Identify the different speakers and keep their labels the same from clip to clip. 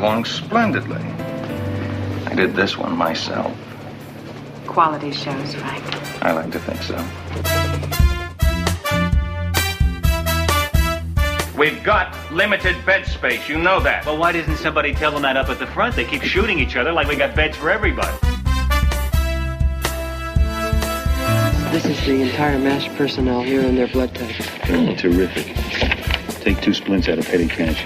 Speaker 1: Oh, splendidly. I did this one myself.
Speaker 2: Quality shows, Frank.
Speaker 1: I like to think so. We've got limited bed space. You know that.
Speaker 3: Well, why doesn't somebody tell them that up at the front? They keep shooting each other like we got beds for everybody.
Speaker 4: This is the entire MASH personnel here and their blood types.
Speaker 5: Oh, terrific. Take two splints out of petty cash.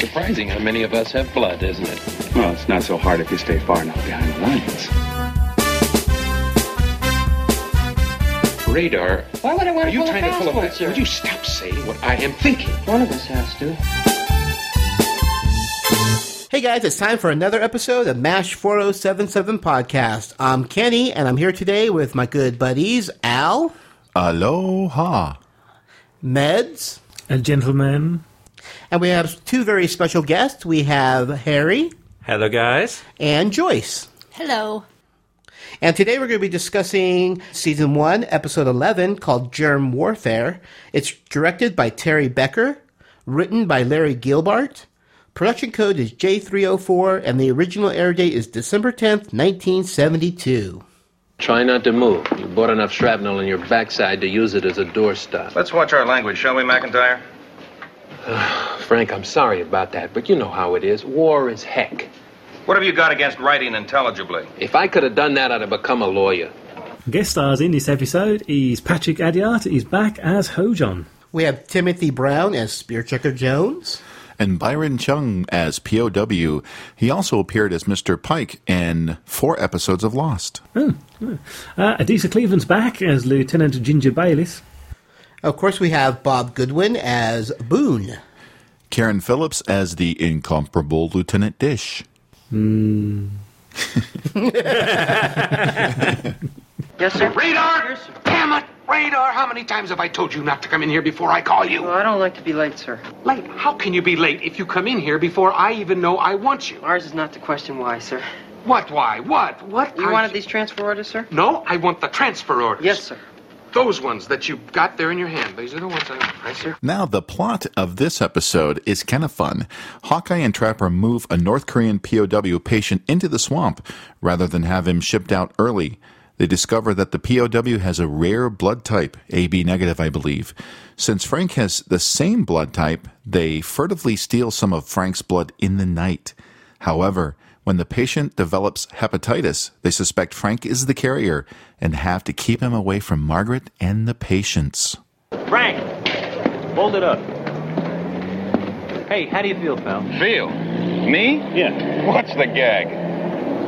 Speaker 6: Surprising how many of us have blood, isn't it?
Speaker 5: Well, it's not so hard if you stay far enough behind the lines.
Speaker 6: Radar,
Speaker 4: Why would I want
Speaker 6: are
Speaker 4: to
Speaker 6: you
Speaker 4: pull a
Speaker 6: trying to pull a
Speaker 4: fast one,
Speaker 6: fast?
Speaker 4: sir?
Speaker 6: Would you stop saying what I am thinking?
Speaker 4: One of us has to.
Speaker 7: Hey guys, it's time for another episode of MASH 4077 podcast. I'm Kenny, and I'm here today with my good buddies Al,
Speaker 8: Aloha.
Speaker 7: Meds,
Speaker 9: And gentlemen,
Speaker 7: and we have two very special guests. We have Harry
Speaker 10: Hello, guys.
Speaker 7: and Joyce.
Speaker 11: Hello.
Speaker 7: And today we're going to be discussing season one, episode 11, called Germ Warfare. It's directed by Terry Becker, written by Larry Gilbart. Production code is J304, and the original air date is December 10th, 1972.
Speaker 6: Try not to move. You bought enough shrapnel in your backside to use it as a doorstop.
Speaker 1: Let's watch our language, shall we, McIntyre?
Speaker 6: Frank, I'm sorry about that, but you know how it is. War is heck.
Speaker 1: What have you got against writing intelligibly?
Speaker 6: If I could have done that, I'd have become a lawyer.
Speaker 9: guest stars in this episode is Patrick Adiart is back as Hojon.
Speaker 7: We have Timothy Brown as Spearchecker Jones.
Speaker 8: And Byron Chung as POW. He also appeared as Mr. Pike in four episodes of Lost.
Speaker 9: Oh, Uh, Adisa Cleveland's back as Lieutenant Ginger Bayliss.
Speaker 7: Of course, we have Bob Goodwin as Boone.
Speaker 8: Karen Phillips as the incomparable Lieutenant Dish.
Speaker 2: Yes, sir.
Speaker 6: Radar!
Speaker 2: sir.
Speaker 6: Damn it! Radar, how many times have I told you not to come in here before I call you?
Speaker 2: Well, I don't like to be late, sir.
Speaker 6: Late. How can you be late if you come in here before I even know I want you?
Speaker 2: Ours is not the question why, sir.
Speaker 6: What, why, what, what?
Speaker 2: You
Speaker 6: I-
Speaker 2: wanted these transfer orders, sir?
Speaker 6: No, I want the transfer orders.
Speaker 2: Yes, sir.
Speaker 6: Those ones that you got there in your hand. These are the ones I. I sir.
Speaker 8: Now, the plot of this episode is kind of fun. Hawkeye and Trapper move a North Korean POW patient into the swamp rather than have him shipped out early. They discover that the POW has a rare blood type, AB negative, I believe. Since Frank has the same blood type, they furtively steal some of Frank's blood in the night. However, when the patient develops hepatitis, they suspect Frank is the carrier and have to keep him away from Margaret and the patients.
Speaker 3: Frank, hold it up. Hey, how do you feel, pal?
Speaker 6: Feel? Me? Yeah. What's the gag?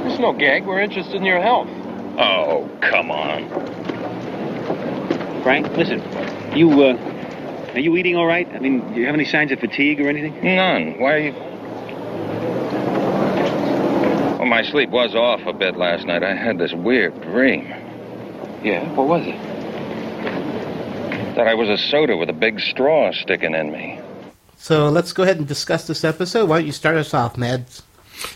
Speaker 6: There's no gag. We're interested in your health. Oh, come on.
Speaker 3: Frank, listen. You, uh, are you eating all right? I mean, do you have any signs of fatigue or anything?
Speaker 1: None. Why are you. Well, my sleep was off a bit last night. I had this weird dream.
Speaker 6: Yeah, what was it?
Speaker 1: Thought I was a soda with a big straw sticking in me.
Speaker 7: So let's go ahead and discuss this episode. Why don't you start us off, Meds?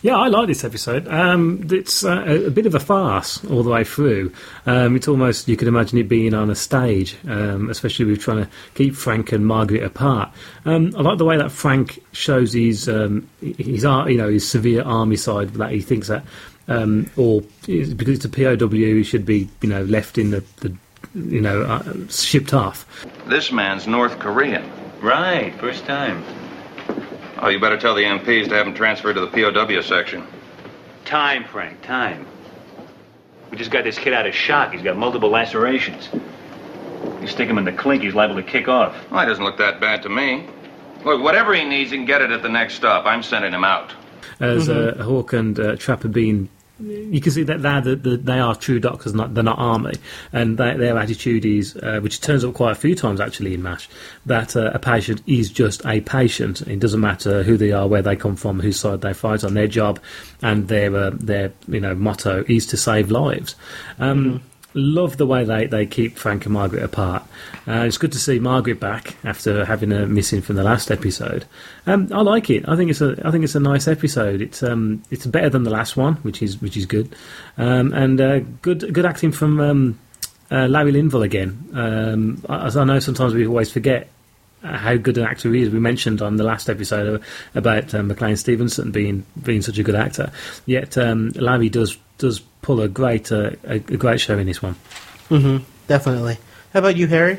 Speaker 9: Yeah, I like this episode. Um, it's uh, a, a bit of a farce all the way through. Um, it's almost you could imagine it being on a stage, um, especially with trying to keep Frank and Margaret apart. Um, I like the way that Frank shows his um, his ar- you know his severe army side that he thinks that, um, or because it's a POW, he should be you know left in the, the you know uh, shipped off.
Speaker 1: This man's North Korean.
Speaker 3: Right, first time.
Speaker 1: Oh, you better tell the MPs to have him transferred to the POW section.
Speaker 3: Time, Frank, time. We just got this kid out of shock. He's got multiple lacerations. You stick him in the clink, he's liable to kick off.
Speaker 1: Well, it doesn't look that bad to me. Look, whatever he needs, he can get it at the next stop. I'm sending him out.
Speaker 9: as uh, Hawk and uh, Trapper being. You can see that they're the, the, they are true doctors, not they're not army, and they, their attitude is, uh, which turns up quite a few times actually in Mash, that uh, a patient is just a patient. It doesn't matter who they are, where they come from, whose side they fight on. Their job and their uh, their you know motto is to save lives. Um, Love the way they, they keep Frank and Margaret apart. Uh, it's good to see Margaret back after having a missing from the last episode. Um, I like it. I think it's a I think it's a nice episode. It's um it's better than the last one, which is which is good. Um, and uh, good good acting from um, uh, Larry Linville again. Um, as I know sometimes we always forget how good an actor he is. We mentioned on the last episode about um, McLean Stevenson being being such a good actor. Yet um, Larry does does pull a great uh, a, a great show in this one.
Speaker 7: Mm-hmm. Definitely. How about you, Harry?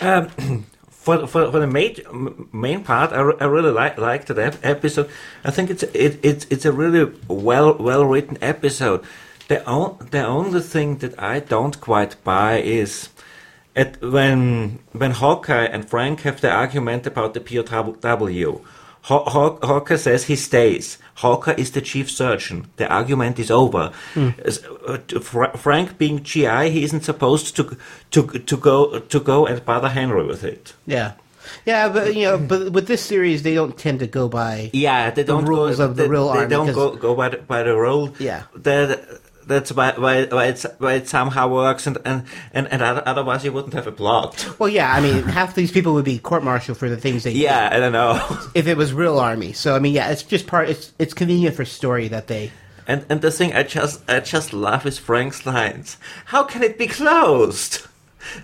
Speaker 10: Um, for for, for the main main part, I, re- I really like liked that ep- episode. I think it's it, it's it's a really well well written episode. The on, the only thing that I don't quite buy is at when when Hawkeye and Frank have the argument about the POW. Haw- Haw- Hawker says he stays. Hawker is the chief surgeon. The argument is over. As- uh, to Fra- Frank, being GI, he isn't supposed to to to go to go and bother Henry with it.
Speaker 7: Yeah. Yeah, but you know, but with this series, they don't tend to go by.
Speaker 10: Yeah, they don't
Speaker 7: rules
Speaker 10: go,
Speaker 7: of the
Speaker 10: they,
Speaker 7: real
Speaker 10: they
Speaker 7: army,
Speaker 10: don't
Speaker 7: 'cause-
Speaker 10: go, go by the, by the rule.
Speaker 7: Yeah.
Speaker 10: that that's why why, why, it's, why it somehow works, and and and, and oth- otherwise you wouldn't have a plot.
Speaker 7: Well, yeah, I mean, half these people would be court-martialed for the things they.
Speaker 10: Yeah, I don't know.
Speaker 7: If it was real army, so I mean, yeah, it's just part. It's it's convenient for story that they.
Speaker 10: And and the thing I just I just love is Frank's lines. How can it be closed? Uh,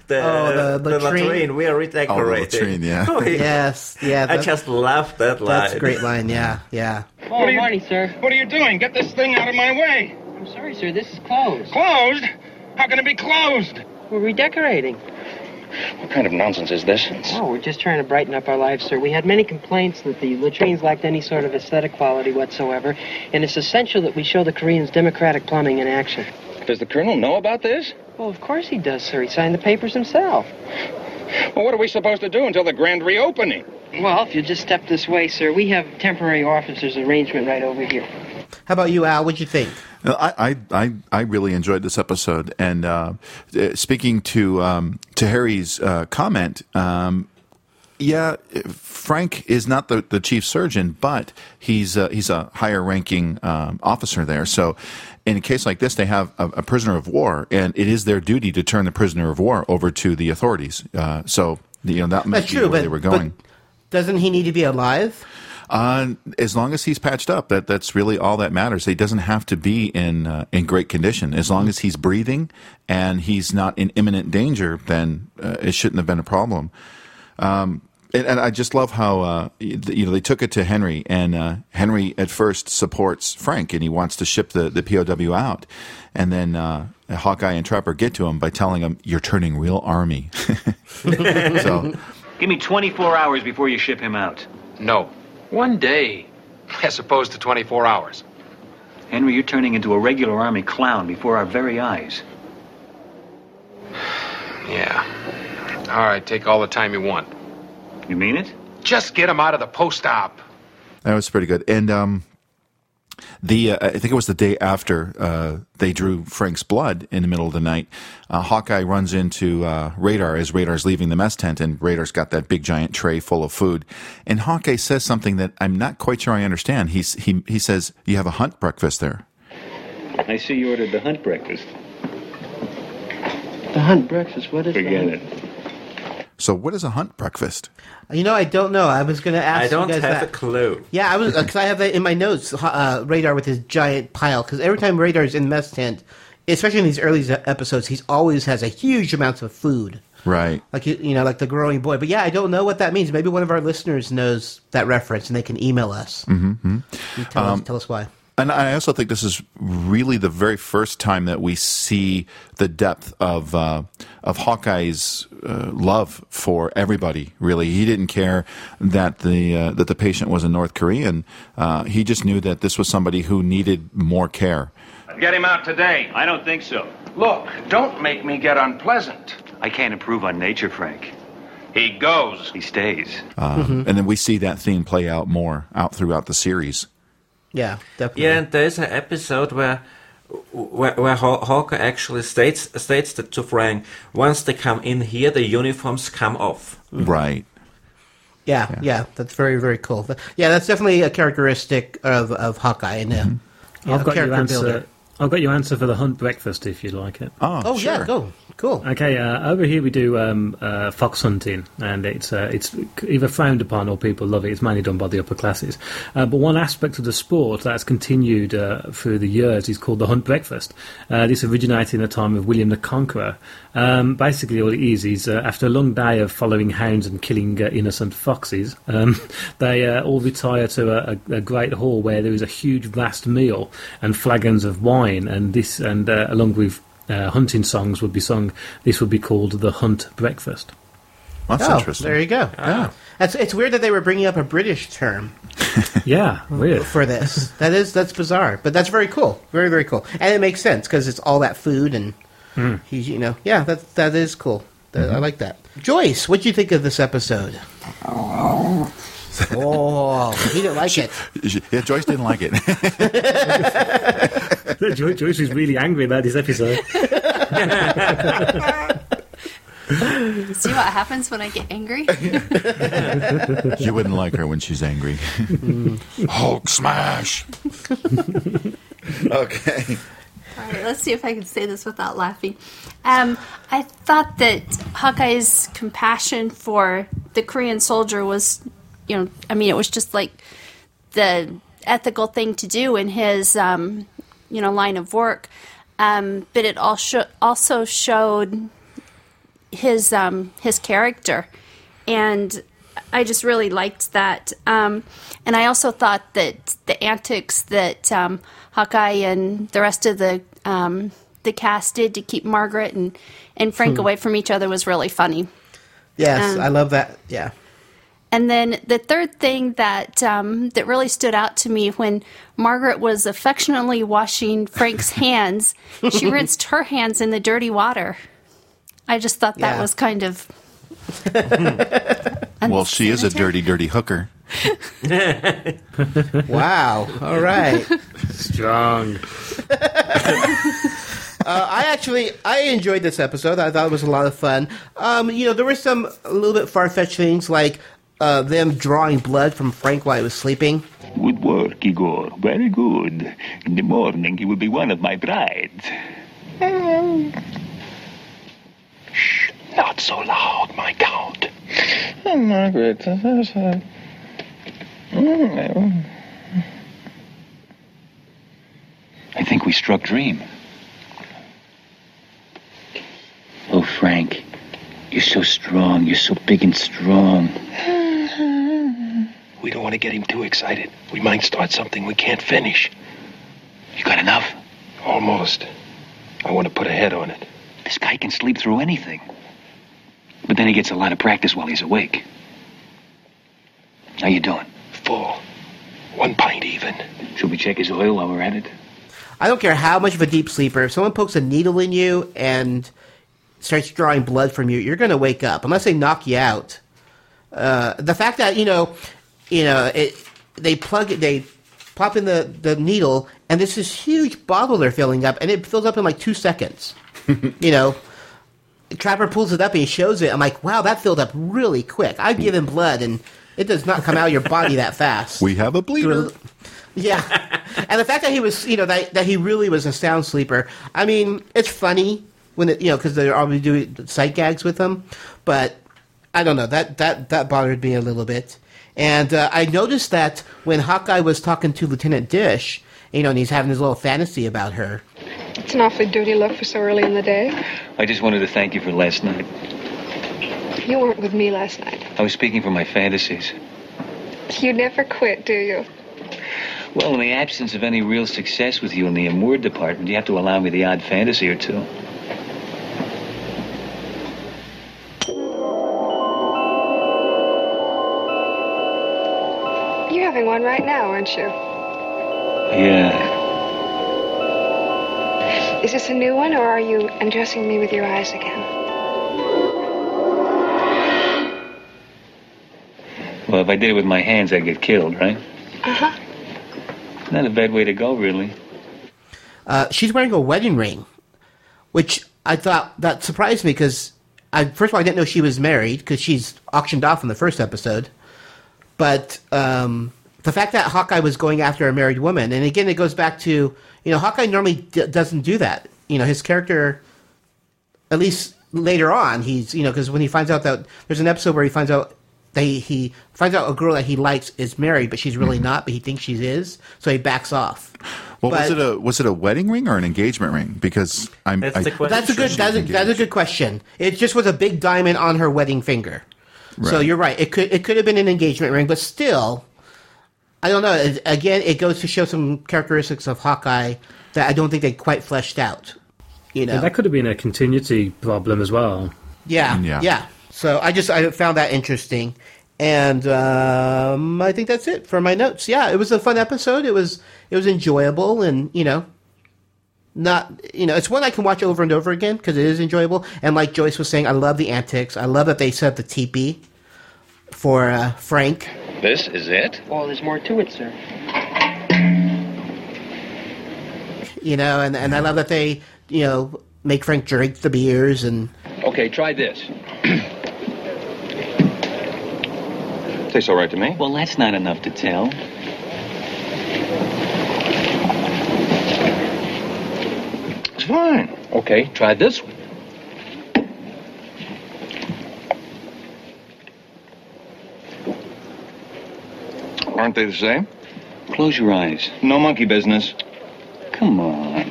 Speaker 10: The,
Speaker 7: Oh, the Oh, latrine.
Speaker 10: we are redecorating.
Speaker 8: latrine, yeah.
Speaker 10: Oh,
Speaker 7: Yes, yeah,
Speaker 10: I
Speaker 7: that-
Speaker 10: just love that line.
Speaker 7: That's a great line. Yeah, yeah.
Speaker 4: Oh, morning, sir.
Speaker 6: What are you doing? Get this thing out of my way.
Speaker 4: I'm sorry, sir. This is closed.
Speaker 6: Closed? How can it be closed?
Speaker 4: We're redecorating.
Speaker 5: What kind of nonsense is this?
Speaker 4: Oh, we're just trying to brighten up our lives, sir. We had many complaints that the latrines lacked any sort of aesthetic quality whatsoever, and it's essential that we show the Koreans democratic plumbing in action.
Speaker 6: Does the colonel know about this?
Speaker 4: Well, of course he does, sir. He signed the papers himself.
Speaker 6: Well, what are we supposed to do until the grand reopening?
Speaker 4: Well, if you'll just step this way, sir, we have temporary officers' arrangement right over here.
Speaker 7: How about you, Al? What'd you think?
Speaker 8: No, I, I, I, I really enjoyed this episode. And uh, uh, speaking to um, to Harry's uh, comment, um, yeah, Frank is not the, the chief surgeon, but he's uh, he's a higher ranking um, officer there. So, in a case like this, they have a, a prisoner of war, and it is their duty to turn the prisoner of war over to the authorities. Uh, so, you know that must
Speaker 7: That's
Speaker 8: be
Speaker 7: true,
Speaker 8: where
Speaker 7: but
Speaker 8: they were going.
Speaker 7: but doesn't he need to be alive?
Speaker 8: Uh, as long as he's patched up, that that's really all that matters. He doesn't have to be in uh, in great condition. As long as he's breathing and he's not in imminent danger, then uh, it shouldn't have been a problem. Um, And, and I just love how uh, you know they took it to Henry, and uh, Henry at first supports Frank, and he wants to ship the, the POW out, and then uh, Hawkeye and Trapper get to him by telling him, "You're turning real army." so
Speaker 3: Give me 24 hours before you ship him out.
Speaker 6: No. One day, as opposed to 24 hours.
Speaker 3: Henry, you're turning into a regular army clown before our very eyes.
Speaker 6: Yeah. All right, take all the time you want.
Speaker 3: You mean it?
Speaker 6: Just get him out of the post op.
Speaker 8: That was pretty good. And um, the uh, I think it was the day after uh, they drew Frank's blood in the middle of the night. Uh, Hawkeye runs into uh, Radar as Radar's leaving the mess tent, and Radar's got that big giant tray full of food. And Hawkeye says something that I'm not quite sure I understand. He's, he he says, "You have a hunt breakfast there."
Speaker 3: I see you ordered the hunt breakfast.
Speaker 4: The hunt breakfast, what is
Speaker 5: Forget
Speaker 4: that?
Speaker 5: it.
Speaker 8: So what is a hunt breakfast?
Speaker 7: You know, I don't know. I was going to ask
Speaker 10: I don't
Speaker 7: you
Speaker 10: have
Speaker 7: guys that.
Speaker 10: a clue.
Speaker 7: yeah, I was because I have that in my notes. Uh, radar with his giant pile because every time Radar's in mess tent, especially in these early episodes, he's always has a huge amount of food.
Speaker 8: Right.
Speaker 7: like you, you know, like the growing boy. But yeah, I don't know what that means. Maybe one of our listeners knows that reference, and they can email us. Mm-hmm. Tell,
Speaker 8: Um,
Speaker 7: us tell us why.
Speaker 8: And I also think this is really the very first time that we see the depth of uh, of Hawkeye's uh, love for everybody. Really, he didn't care that the uh, that the patient was a North Korean. Uh, he just knew that this was somebody who needed more care.
Speaker 1: Get him out today.
Speaker 3: I don't think so.
Speaker 1: Look, don't make me get unpleasant.
Speaker 3: I can't improve on nature, Frank.
Speaker 1: He goes.
Speaker 3: He stays.
Speaker 8: Um, And then we see that theme play out more out throughout the series.
Speaker 7: Yeah, definitely.
Speaker 10: Yeah, and there's an episode where where, where Haw- Hawker actually states states that to Frank, once they come in here, the uniforms come off.
Speaker 8: Right.
Speaker 7: yeah, yeah, That's very, very cool. But- yeah, that's definitely a characteristic of of Hawkeye and uh,
Speaker 9: I've
Speaker 7: a
Speaker 9: got uh, your
Speaker 8: Mm-hmm.
Speaker 7: character
Speaker 9: answer.
Speaker 7: builder.
Speaker 9: I've got your answer for the hunt breakfast if you'd like it.
Speaker 8: Oh,
Speaker 7: Oh, yeah, sure. go. Cool.
Speaker 9: Okay, uh, over here we do um, uh, fox hunting, and it's uh, it's either frowned upon or people love it. It's mainly done by the upper classes. Uh, but one aspect of the sport that's continued uh, through the years is called the hunt breakfast. Uh, this originated in the time of William the Conqueror. Um, basically, all it is is uh, after a long day of following hounds and killing uh, innocent foxes, um, they uh, all retire to a, a, a great hall where there is a huge, vast meal and flagons of wine, and this and uh, along with uh, hunting songs would be sung. This would be called the Hunt Breakfast.
Speaker 8: That's
Speaker 7: oh,
Speaker 8: interesting.
Speaker 7: There you go. Yeah. That's, it's weird that they were bringing up a British term
Speaker 9: Yeah, weird.
Speaker 7: for this. that is that's bizarre, but that's very cool. Very very cool, and it makes sense because it's all that food and he, you know, yeah, that that is cool. That, I like that. Joyce, what do you think of this episode? oh, he didn't like it.
Speaker 8: Yeah, Joyce didn't like it.
Speaker 9: Jo- Joyce is really angry about this episode.
Speaker 11: See what happens when I get angry?
Speaker 8: you wouldn't like her when she's angry. Hulk smash. okay.
Speaker 11: All right, let's see if I can say this without laughing. Um, I thought that Hawkeye's compassion for the Korean soldier was, you know, I mean, it was just like the ethical thing to do in his, um, you know, line of work. Um, but it all sho- also showed his um, his character, and I just really liked that. Um, and I also thought that the antics that um, Hawkeye and the rest of the um, the cast did to keep Margaret and and Frank away from each other was really funny.
Speaker 7: Yes,
Speaker 11: Um,
Speaker 7: I love that. Yeah.
Speaker 11: And then the third thing that um, that really stood out to me when Margaret was affectionately washing Frank's hands, she rinsed her hands in the dirty water. I just thought that
Speaker 7: Yeah.
Speaker 11: was kind of
Speaker 8: Well, she is a dirty, dirty hooker.
Speaker 7: Wow. All right.
Speaker 9: Strong.
Speaker 7: Uh, I actually I enjoyed this episode. I thought it was a lot of fun. Um, you know, there were some a little bit far fetched things like uh, them drawing blood from Frank while he was sleeping.
Speaker 5: Good work, Igor. Very good. In the morning, you will be one of my brides. Shh, not so loud, my count.
Speaker 6: Margaret.
Speaker 5: I think we struck dream. Oh, Frank, you're so strong. You're so big and strong. We don't want to get him too excited. We might start something we can't finish. You got enough? Almost. I want to put a head on it. This guy can sleep through anything. But then he gets a lot of practice while he's awake. How you doing? Full. One pint even. Should we check his oil while we're at it?
Speaker 7: I don't care how much of a deep sleeper. If someone pokes a needle in you and starts drawing blood from you, you're going to wake up unless they knock you out. Uh, the fact that you know, you know, it they plug it, they pop in the the needle, and there's this huge bottle they're filling up, and it fills up in like two seconds. you know, Trapper pulls it up and he shows it. I'm like, wow, that filled up really quick. I've given blood, and it does not come out of your body that fast.
Speaker 8: We have a bleeder.
Speaker 7: Yeah, and the fact that he was, you know, that that he really was a sound sleeper. I mean, it's funny when it, you know, because they're always doing sight gags with him, but I don't know that that that bothered me a little bit. And uh, I noticed that when Hawkeye was talking to Lieutenant Dish, you know, and he's having his little fantasy about her.
Speaker 12: It's an awfully dirty look for so early in the day.
Speaker 5: I just wanted to thank you for last night.
Speaker 12: You weren't with me last night.
Speaker 5: I was speaking for my fantasies.
Speaker 12: You never quit, do you?
Speaker 5: Well, in the absence of any real success with you in the amour department, you have to allow me the odd fantasy or two.
Speaker 12: You're having one right now, aren't you?
Speaker 5: Yeah.
Speaker 12: Is this a new one, or are you undressing me with your eyes again?
Speaker 5: Well, if I did it with my hands, I'd get killed, right?
Speaker 12: Uh huh.
Speaker 5: Not a bad way to go, really.
Speaker 7: Uh, she's wearing a wedding ring, which I thought that surprised me because I first of all I didn't know she was married because she's auctioned off in the first episode, but um, the fact that Hawkeye was going after a married woman, and again, it goes back to you know Hawkeye normally d- doesn't do that. You know, his character, at least later on, he's you know because when he finds out that there's an episode where he finds out that he, he finds out a girl that he likes is married, but she's really not, but he thinks she is, so he backs off.
Speaker 8: Well, was
Speaker 7: But-
Speaker 8: it a was it a wedding ring or an engagement ring? Because I'm I-
Speaker 7: That's a good. That's a, that's a good question. It just was a big diamond on her wedding finger. So
Speaker 8: Right.
Speaker 7: you're right. It could it could have been an engagement ring, but still, I don't know. It- Again, it goes to show some characteristics of Hawkeye that I don't think they quite fleshed out. You know.
Speaker 9: Yeah,
Speaker 7: Yeah.
Speaker 9: that could have been a continuity problem as well.
Speaker 8: Mm,
Speaker 7: Yeah.
Speaker 9: Yeah.
Speaker 7: So I just I found that interesting, and um, I think that's it for my notes. Yeah, it was a fun episode. It was it was enjoyable, and you know, not you know it's one I can watch over and over again because it is enjoyable. And like Joyce was saying, I love the antics. I love that they set up the teepee for uh, Frank.
Speaker 6: This is it?
Speaker 4: Oh, there's more to it, sir.
Speaker 7: You know, and and I love that they you know make Frank drink the beers and
Speaker 6: Okay, try this.
Speaker 1: Tastes all right to me.
Speaker 13: Well, that's not enough to tell.
Speaker 6: It's fine. Okay, try this one.
Speaker 1: Aren't they the same?
Speaker 13: Close your eyes.
Speaker 1: No monkey business.
Speaker 13: Come on.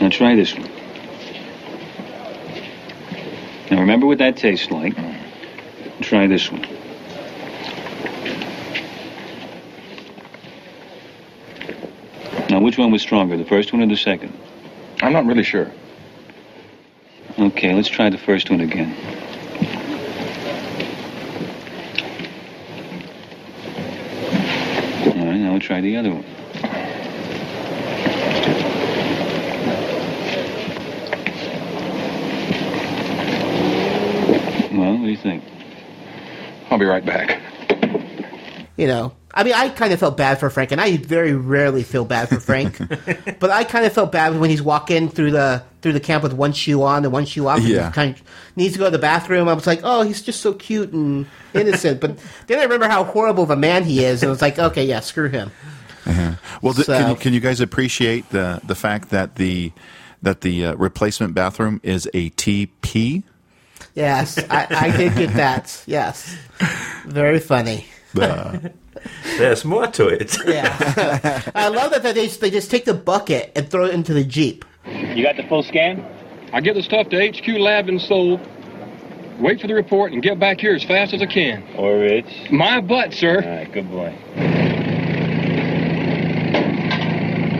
Speaker 13: Now try this one. Now remember what that tastes like. Try this one. Now, which one was stronger, the first one or the second? I'm not really sure. Okay, let's try the first one again. All right, now we'll try the other one. Well, what do you think?
Speaker 6: I'll be right back.
Speaker 7: you know i mean i kind of felt bad for frank and i very rarely feel bad for frank but i kind of felt bad when he's walking through the through the camp with one shoe on and one shoe off and
Speaker 8: Yeah.
Speaker 7: he kind of needs to go to the bathroom i was like oh he's just so cute and innocent but then i remember how horrible of a man he is and it's like okay yeah screw him
Speaker 8: Uh-huh. Well, th- can,
Speaker 7: So-
Speaker 8: you, can you guys appreciate the the fact that the that the uh, replacement bathroom is a TP?
Speaker 7: yes i, I did get that yes very funny
Speaker 10: There's more to it.
Speaker 7: yeah i love that they just, they just take the bucket and throw it into the jeep
Speaker 6: You got the full scan? I give the stuff to HQ Lab and Soul. Wait for the report and get back here as fast as I can. Or it's my butt, sir. All right, good boy.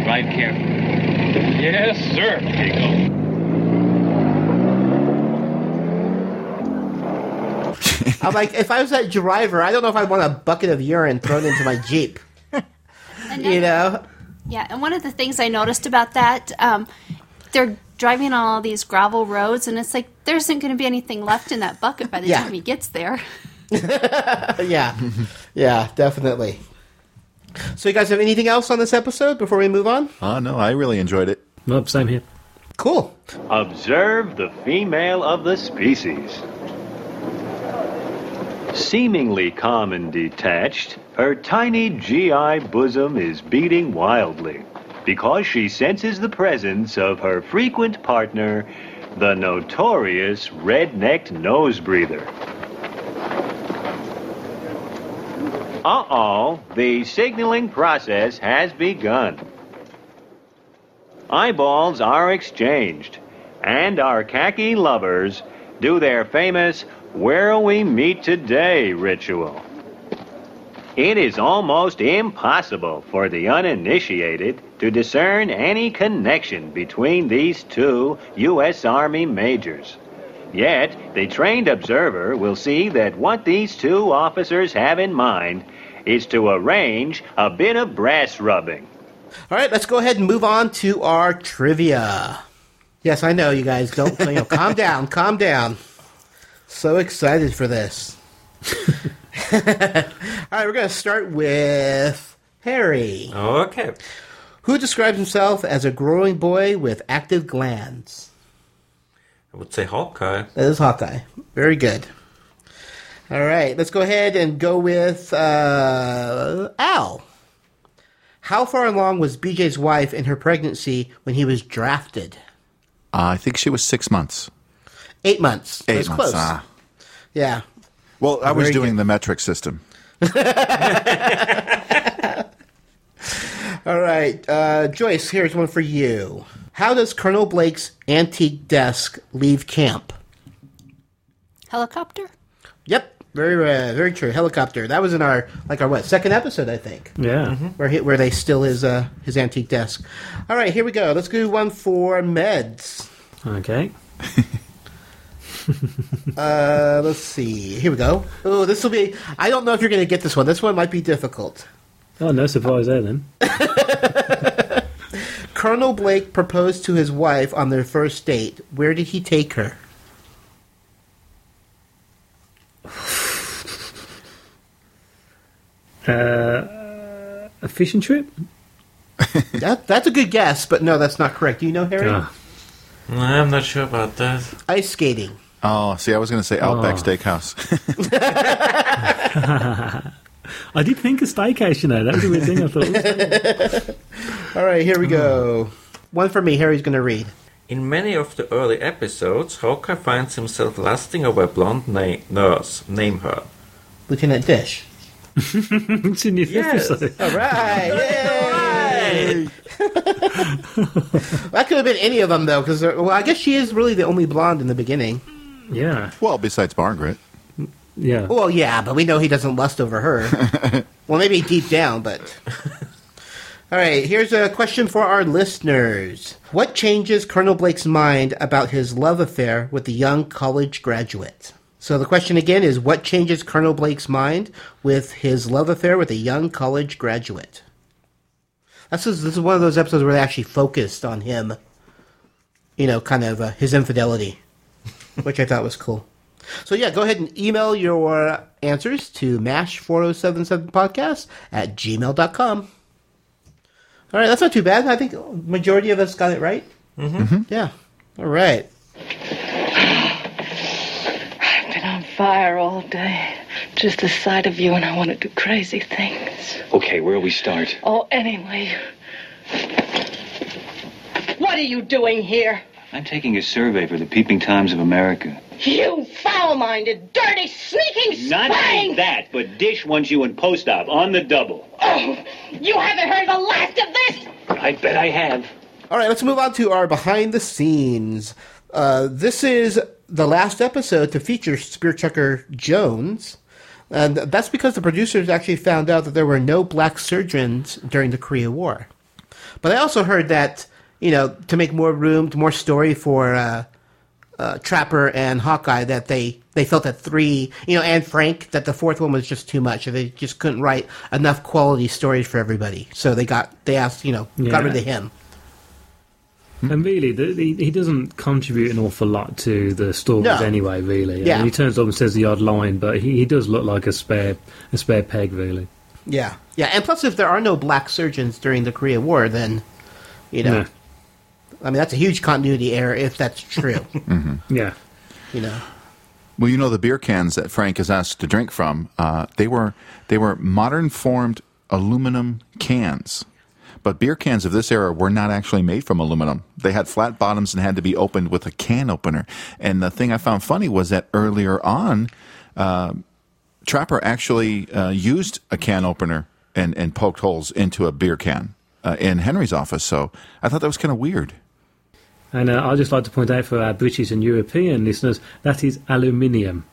Speaker 6: Right careful. Yes, sir. Here you go.
Speaker 7: I'm like, if I was that driver, I don't know if I want a bucket of urine thrown into my Jeep. you know?
Speaker 11: Yeah, and one of the things I noticed about that, um, they're driving on all these gravel roads, and it's like there isn't going to be anything left in that bucket by the
Speaker 7: Yeah.
Speaker 11: time he gets there.
Speaker 7: yeah. Yeah, definitely. So, you guys have anything else on this episode before we move on?
Speaker 8: Oh, no, I really enjoyed it.
Speaker 9: Nope, same here.
Speaker 7: Cool.
Speaker 14: Observe the female of the species. Seemingly calm and detached, her tiny GI bosom is beating wildly because she senses the presence of her frequent partner, the notorious red necked nose breather. Uh oh, the signaling process has begun. Eyeballs are exchanged, and our khaki lovers do their famous Where We Meet Today ritual. It is almost impossible for the uninitiated to discern any connection between these two U.S. Army majors. Yet, the trained observer will see that what these two officers have in mind is to arrange a bit of brass rubbing.
Speaker 7: All right, let's go ahead and move on to our trivia. Yes, I know, you guys. Don't, you know, calm down, calm down. So excited for this. All right, we're going to start with Harry.
Speaker 10: Okay.
Speaker 7: Who describes himself as a growing boy with active glands?
Speaker 10: I would say Hawkeye.
Speaker 7: That is Hawkeye. Very good. All right, let's go ahead and go with uh, Al. How far along was BJ's wife in her pregnancy when he was drafted?
Speaker 8: Uh, I think she was six months.
Speaker 7: Eight months.
Speaker 8: Eight
Speaker 7: That's
Speaker 8: months.
Speaker 7: close.
Speaker 8: ah.
Speaker 7: Yeah.
Speaker 8: Well, I was
Speaker 7: Very
Speaker 8: doing the metric system.
Speaker 7: All right, uh, Joyce, here's one for you. How does Colonel Blake's antique desk leave camp?
Speaker 11: Helicopter?
Speaker 7: Yep, very uh, very true. Helicopter. That was in our like our what second episode, I think.
Speaker 9: Yeah.
Speaker 7: Where he, where they still his uh, his antique desk. All right, here we go. Let's do one for meds.
Speaker 9: Okay.
Speaker 7: Uh, let's see. Here we go. Oh, this will be. I don't know if you're going to get this one. This one might be difficult.
Speaker 9: Oh, no surprise there then.
Speaker 7: Colonel Blake proposed to his wife on their first date. Where did he take her?
Speaker 9: Uh, a fishing trip?
Speaker 7: that, that's a good guess, but no, that's not correct. Do you know, Harry?
Speaker 9: Ah.
Speaker 10: I'm not sure about that.
Speaker 7: Ice skating.
Speaker 8: Oh, see, I was going to say Outback
Speaker 9: Oh.
Speaker 8: Steakhouse. Hmm.
Speaker 9: I did think a staycation, you know. That was a weird thing I thought.
Speaker 7: All right, here we
Speaker 9: Hmm.
Speaker 7: go. One for me. Harry's going to read.
Speaker 10: In many of the early episodes, Hawker finds himself lusting over a blonde na- nurse, name her.
Speaker 7: Lieutenant Dish.
Speaker 9: it's in your
Speaker 10: Yes.
Speaker 9: episode.
Speaker 7: All right. Yay. that could have been any of them, though, because, well, I guess she is really the only blonde in the beginning.
Speaker 9: Yeah.
Speaker 8: Well, besides Margaret.
Speaker 9: Yeah.
Speaker 7: Well, yeah, but we know he doesn't lust over her. well, maybe deep down, but. All right, here's a question for our listeners. What changes Colonel Blake's mind about his love affair with the young college graduate? So the question again is what changes Colonel Blake's mind with his love affair with a young college graduate? This is, this is one of those episodes where they actually focused on him, you know, kind of uh, his infidelity, which I thought was cool. So yeah, go ahead and email your answers to mash4077podcast at gmail.com. All right, that's not too bad. I think majority of us got it right.
Speaker 12: Mm-hmm.
Speaker 7: Yeah. All right.
Speaker 15: I've been on fire all day. Just the sight of you, and I want to do crazy things.
Speaker 13: Okay, where do we start?
Speaker 15: Oh, anyway. What are you doing here?
Speaker 13: I'm taking a survey for the Peeping Times of America.
Speaker 15: You foul minded, dirty, sneaking
Speaker 13: Not
Speaker 15: swine!
Speaker 13: that, but Dish wants you in post op on the double.
Speaker 15: Oh, you haven't heard the last of this!
Speaker 13: I bet I have.
Speaker 7: All right, let's move on to our behind the scenes. Uh, this is the last episode to feature Spearchucker Jones. And that's because the producers actually found out that there were no black surgeons during the Korea War. But I also heard that, you know, to make more room, more story for uh, uh, Trapper and Hawkeye, that they, they felt that three, you know, and Frank, that the fourth one was just too much. and They just couldn't write enough quality stories for everybody. So they got, they asked, you know,
Speaker 9: Yeah.
Speaker 7: got rid of him.
Speaker 9: And really, the, the, he doesn't contribute an awful lot to the stories
Speaker 7: No.
Speaker 9: anyway. Really, I
Speaker 7: Yeah.
Speaker 9: mean, he turns up and says the odd line, but he, he does look like a spare a spare peg, really.
Speaker 7: Yeah, yeah, and plus, if there are no black surgeons during the Korea War, then you know,
Speaker 9: Yeah.
Speaker 7: I mean, that's a huge continuity error if that's true.
Speaker 8: hmm
Speaker 9: yeah,
Speaker 7: you know,
Speaker 8: Well, you know the beer cans that Frank is asked to drink from. Uh, they were they were modern formed aluminum cans, but beer cans of this era were not actually made from aluminum. They had flat bottoms and had to be opened with a can opener. And the thing I found funny was that earlier on, uh, Trapper actually uh, used a can opener and and poked holes into a beer can uh, in Henry's office. So I thought that was kind of weird.
Speaker 9: And uh, I'd just like to point out for our British and European listeners that is aluminium.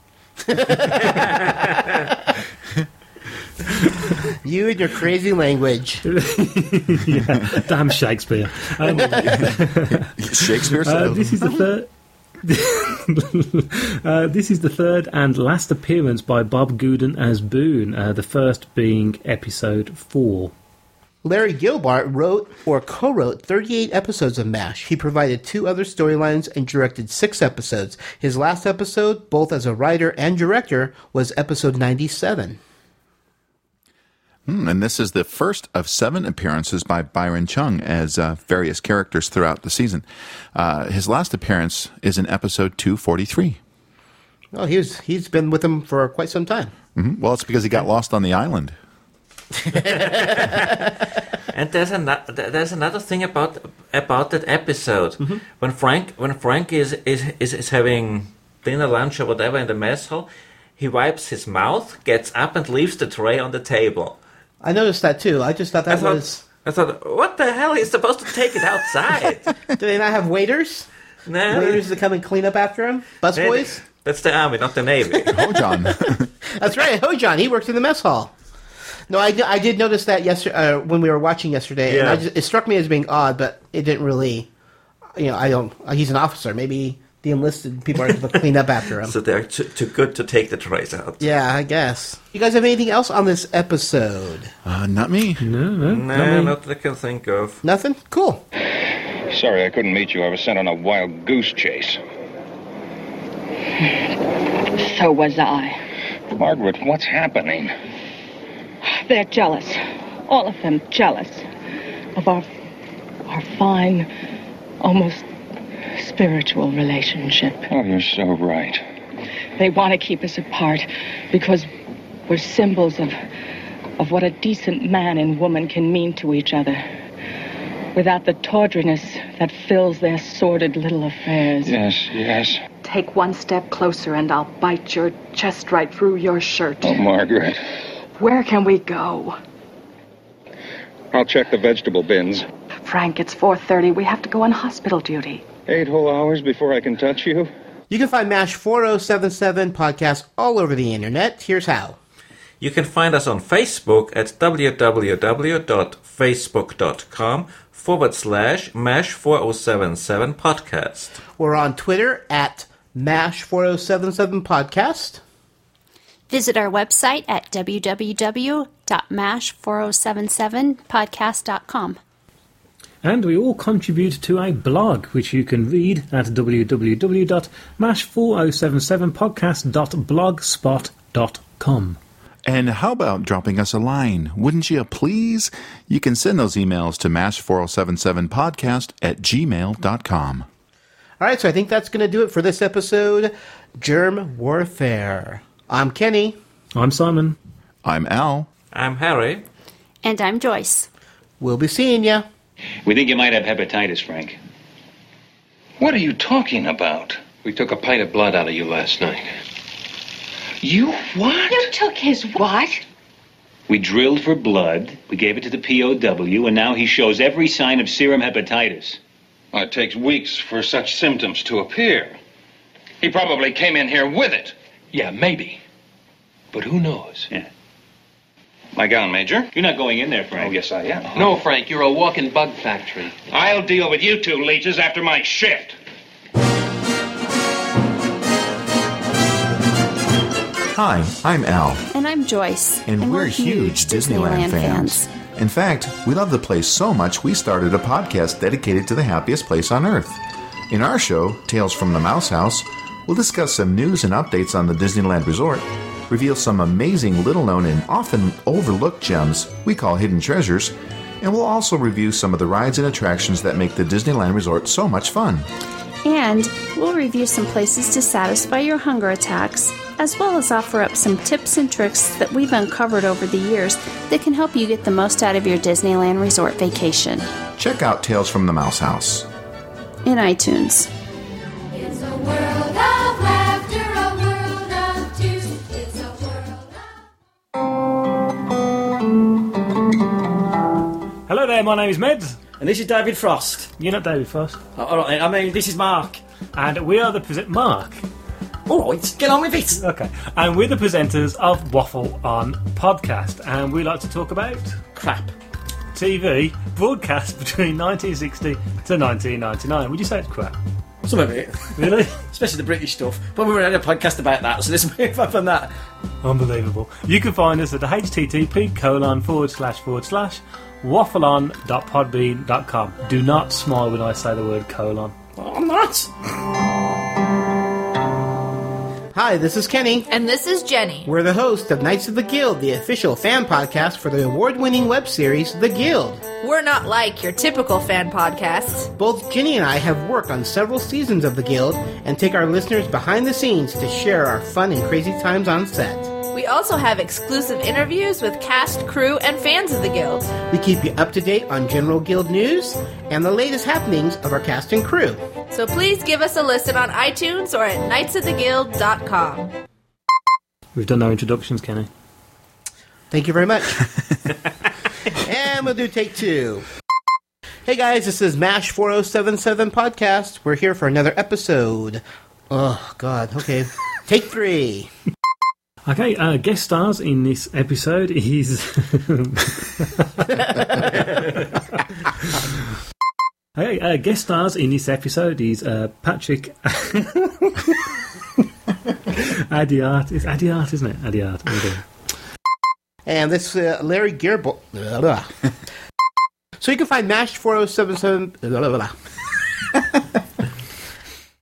Speaker 7: you and your crazy language.
Speaker 9: yeah, damn Shakespeare. Um,
Speaker 8: Shakespeare
Speaker 9: Uh,
Speaker 8: said-
Speaker 9: this is the third. uh, this is the third and last appearance by Bob Gooden as Boone. Uh, the first being episode four.
Speaker 7: Larry Gilbart wrote or co-wrote 38 episodes of MASH. He provided two other storylines and directed six episodes. His last episode, both as a writer and director, was episode 97.
Speaker 8: Hmm, and this is the first of seven appearances by Byron Chung as uh, various characters throughout the season. Uh, his last appearance is in episode 243.
Speaker 7: Well, he's he's been with them for quite some time.
Speaker 8: hmm Well, it's because he got lost on the island.
Speaker 10: And there's another there's another thing about about that episode when Frank when Frank is, is is is having dinner lunch or whatever in the mess hall, he wipes his mouth, gets up and leaves the tray on the table.
Speaker 7: I noticed that too. I just thought that
Speaker 10: I thought-
Speaker 7: was.
Speaker 10: I thought, what the hell? He's supposed to take it outside.
Speaker 7: Do they not have waiters?
Speaker 10: No.
Speaker 7: Waiters to come and clean up after him. Busboys.
Speaker 10: That's the army, not the navy.
Speaker 8: Oh, John.
Speaker 7: That's right. Ho John. He worked in the mess hall. No, I, I did notice that yesterday uh, when we were watching yesterday, and I
Speaker 10: Yeah.
Speaker 7: just, it struck me as being odd, but it didn't really. You know, I don't. uh, He's an officer. Maybe the enlisted people are going to clean up after him.
Speaker 10: So they're too, too good to take the trays out.
Speaker 7: Yeah, I guess. You guys have anything else on this episode?
Speaker 8: Uh, not me.
Speaker 7: No, no,
Speaker 10: No, not that I can think of.
Speaker 7: Nothing. Cool.
Speaker 16: Sorry I couldn't meet you. I was sent on a wild goose chase.
Speaker 15: So was I.
Speaker 16: Margaret, what's happening?
Speaker 15: They're jealous. All of them jealous of our, our fine, almost spiritual relationship.
Speaker 16: Oh, you're so right.
Speaker 15: They want to keep us apart because we're symbols of of what a decent man and woman can mean to each other. Without the tawdriness that fills their sordid little affairs.
Speaker 16: Yes, yes.
Speaker 15: Take one step closer and I'll bite your chest right through your shirt.
Speaker 16: Oh, Margaret.
Speaker 15: Where can we go?
Speaker 16: I'll check the vegetable bins.
Speaker 15: Frank, it's 4:30. We have to go on hospital duty.
Speaker 16: Eight whole hours before I can touch you?
Speaker 7: You can find MASH 4077 podcasts all over the internet. Here's how.
Speaker 10: You can find us on Facebook at www.facebook.com forward slash mash 4077 podcast.
Speaker 7: We're on Twitter at MASH 4077 podcast.
Speaker 11: Visit our website at www.mash4077podcast.com.
Speaker 9: And we all contribute to a blog, which you can read at oh www.mash4077podcast.blogspot.com.
Speaker 8: And how about dropping us a line? Wouldn't you please? You can send those emails to mash4077podcast at gmail.com.
Speaker 7: All right, so I think that's going to do it for this episode Germ Warfare. I'm Kenny.
Speaker 9: I'm Simon.
Speaker 8: I'm Al.
Speaker 10: I'm Harry.
Speaker 11: And I'm Joyce.
Speaker 7: We'll be seeing ya.
Speaker 13: We think you might have hepatitis, Frank.
Speaker 5: What are you talking about? We took a pint of blood out of you last night. You what?
Speaker 15: You took his what?
Speaker 13: We drilled for blood, we gave it to the POW, and now he shows every sign of serum hepatitis.
Speaker 16: Well, it takes weeks for such symptoms to appear. He probably came in here with it. Yeah, maybe. But who knows?
Speaker 13: Yeah.
Speaker 16: My gown, Major.
Speaker 13: You're not going in there, Frank.
Speaker 16: Oh, yes, I am.
Speaker 5: No, Frank, you're a walking bug factory.
Speaker 16: I'll deal with you two leeches after my shift.
Speaker 8: Hi, I'm Al.
Speaker 11: And I'm Joyce.
Speaker 8: And, we're, huge Disneyland, fans. In fact, we love the place so much we started a podcast dedicated to the happiest place on earth. In our show, Tales from the Mouse House, we'll discuss some news and updates on the Disneyland Resort, reveal some amazing little known and often overlooked gems we call hidden treasures, and we'll also review some of the rides and attractions that make the Disneyland Resort so much fun.
Speaker 11: And we'll review some places to satisfy your hunger attacks, as well as offer up some tips and tricks that we've uncovered over the years that can help you get the most out of your Disneyland resort vacation
Speaker 8: Check out Tales from the Mouse House.
Speaker 11: in iTunes.
Speaker 17: It's a world of laughter, a world of tears. It's a world
Speaker 12: Uh-huh.
Speaker 18: Hello there, my name is Meds. And this is David Frost. You're not David Frost. Alright, I mean, this is Mark. And we are the present. Mark? Alright, get on with it.
Speaker 9: Okay. And we're the presenters of Waffle On podcast, and we like to talk about crap. TV broadcast between 1960 to 1999. Would you say it's crap?
Speaker 18: Some of it.
Speaker 9: Really?
Speaker 18: Especially the British stuff. But we already had a podcast about that, so let's move on from that.
Speaker 9: Unbelievable. You can find us at http colon forward slash forward slash waffleon.podbean.com. Do not smile when I say the word colon.
Speaker 18: I'm not.
Speaker 7: Hi, this is Kenny.
Speaker 19: And this is Jenny.
Speaker 7: We're the hosts of Knights of the Guild, the official fan podcast for the award winning web series, The Guild.
Speaker 19: We're not like your typical fan podcasts.
Speaker 7: Both Ginny and I have worked on several seasons of The Guild and take our listeners behind the scenes to share our fun and crazy times on set.
Speaker 19: We also have exclusive interviews with cast, crew, and fans of the Guild.
Speaker 7: We keep you up to date on general Guild news and the latest happenings of our cast and crew.
Speaker 19: So please give us a listen on iTunes or at knightsoftheguild.com.
Speaker 9: We've done our introductions, Kenny.
Speaker 7: Thank you very much. and we'll do take two. Hey guys, this is MASH 4077 Podcast. We're here for another episode. Oh, God. Okay. take three.
Speaker 9: Okay, uh, guest stars in this episode is. okay, uh, guest stars in this episode is uh, Patrick. Adiart. It's Adiart, isn't it? Adiart. Okay.
Speaker 7: And this uh, Larry Gearbo. So you can find MASH 4077. blah, blah, blah.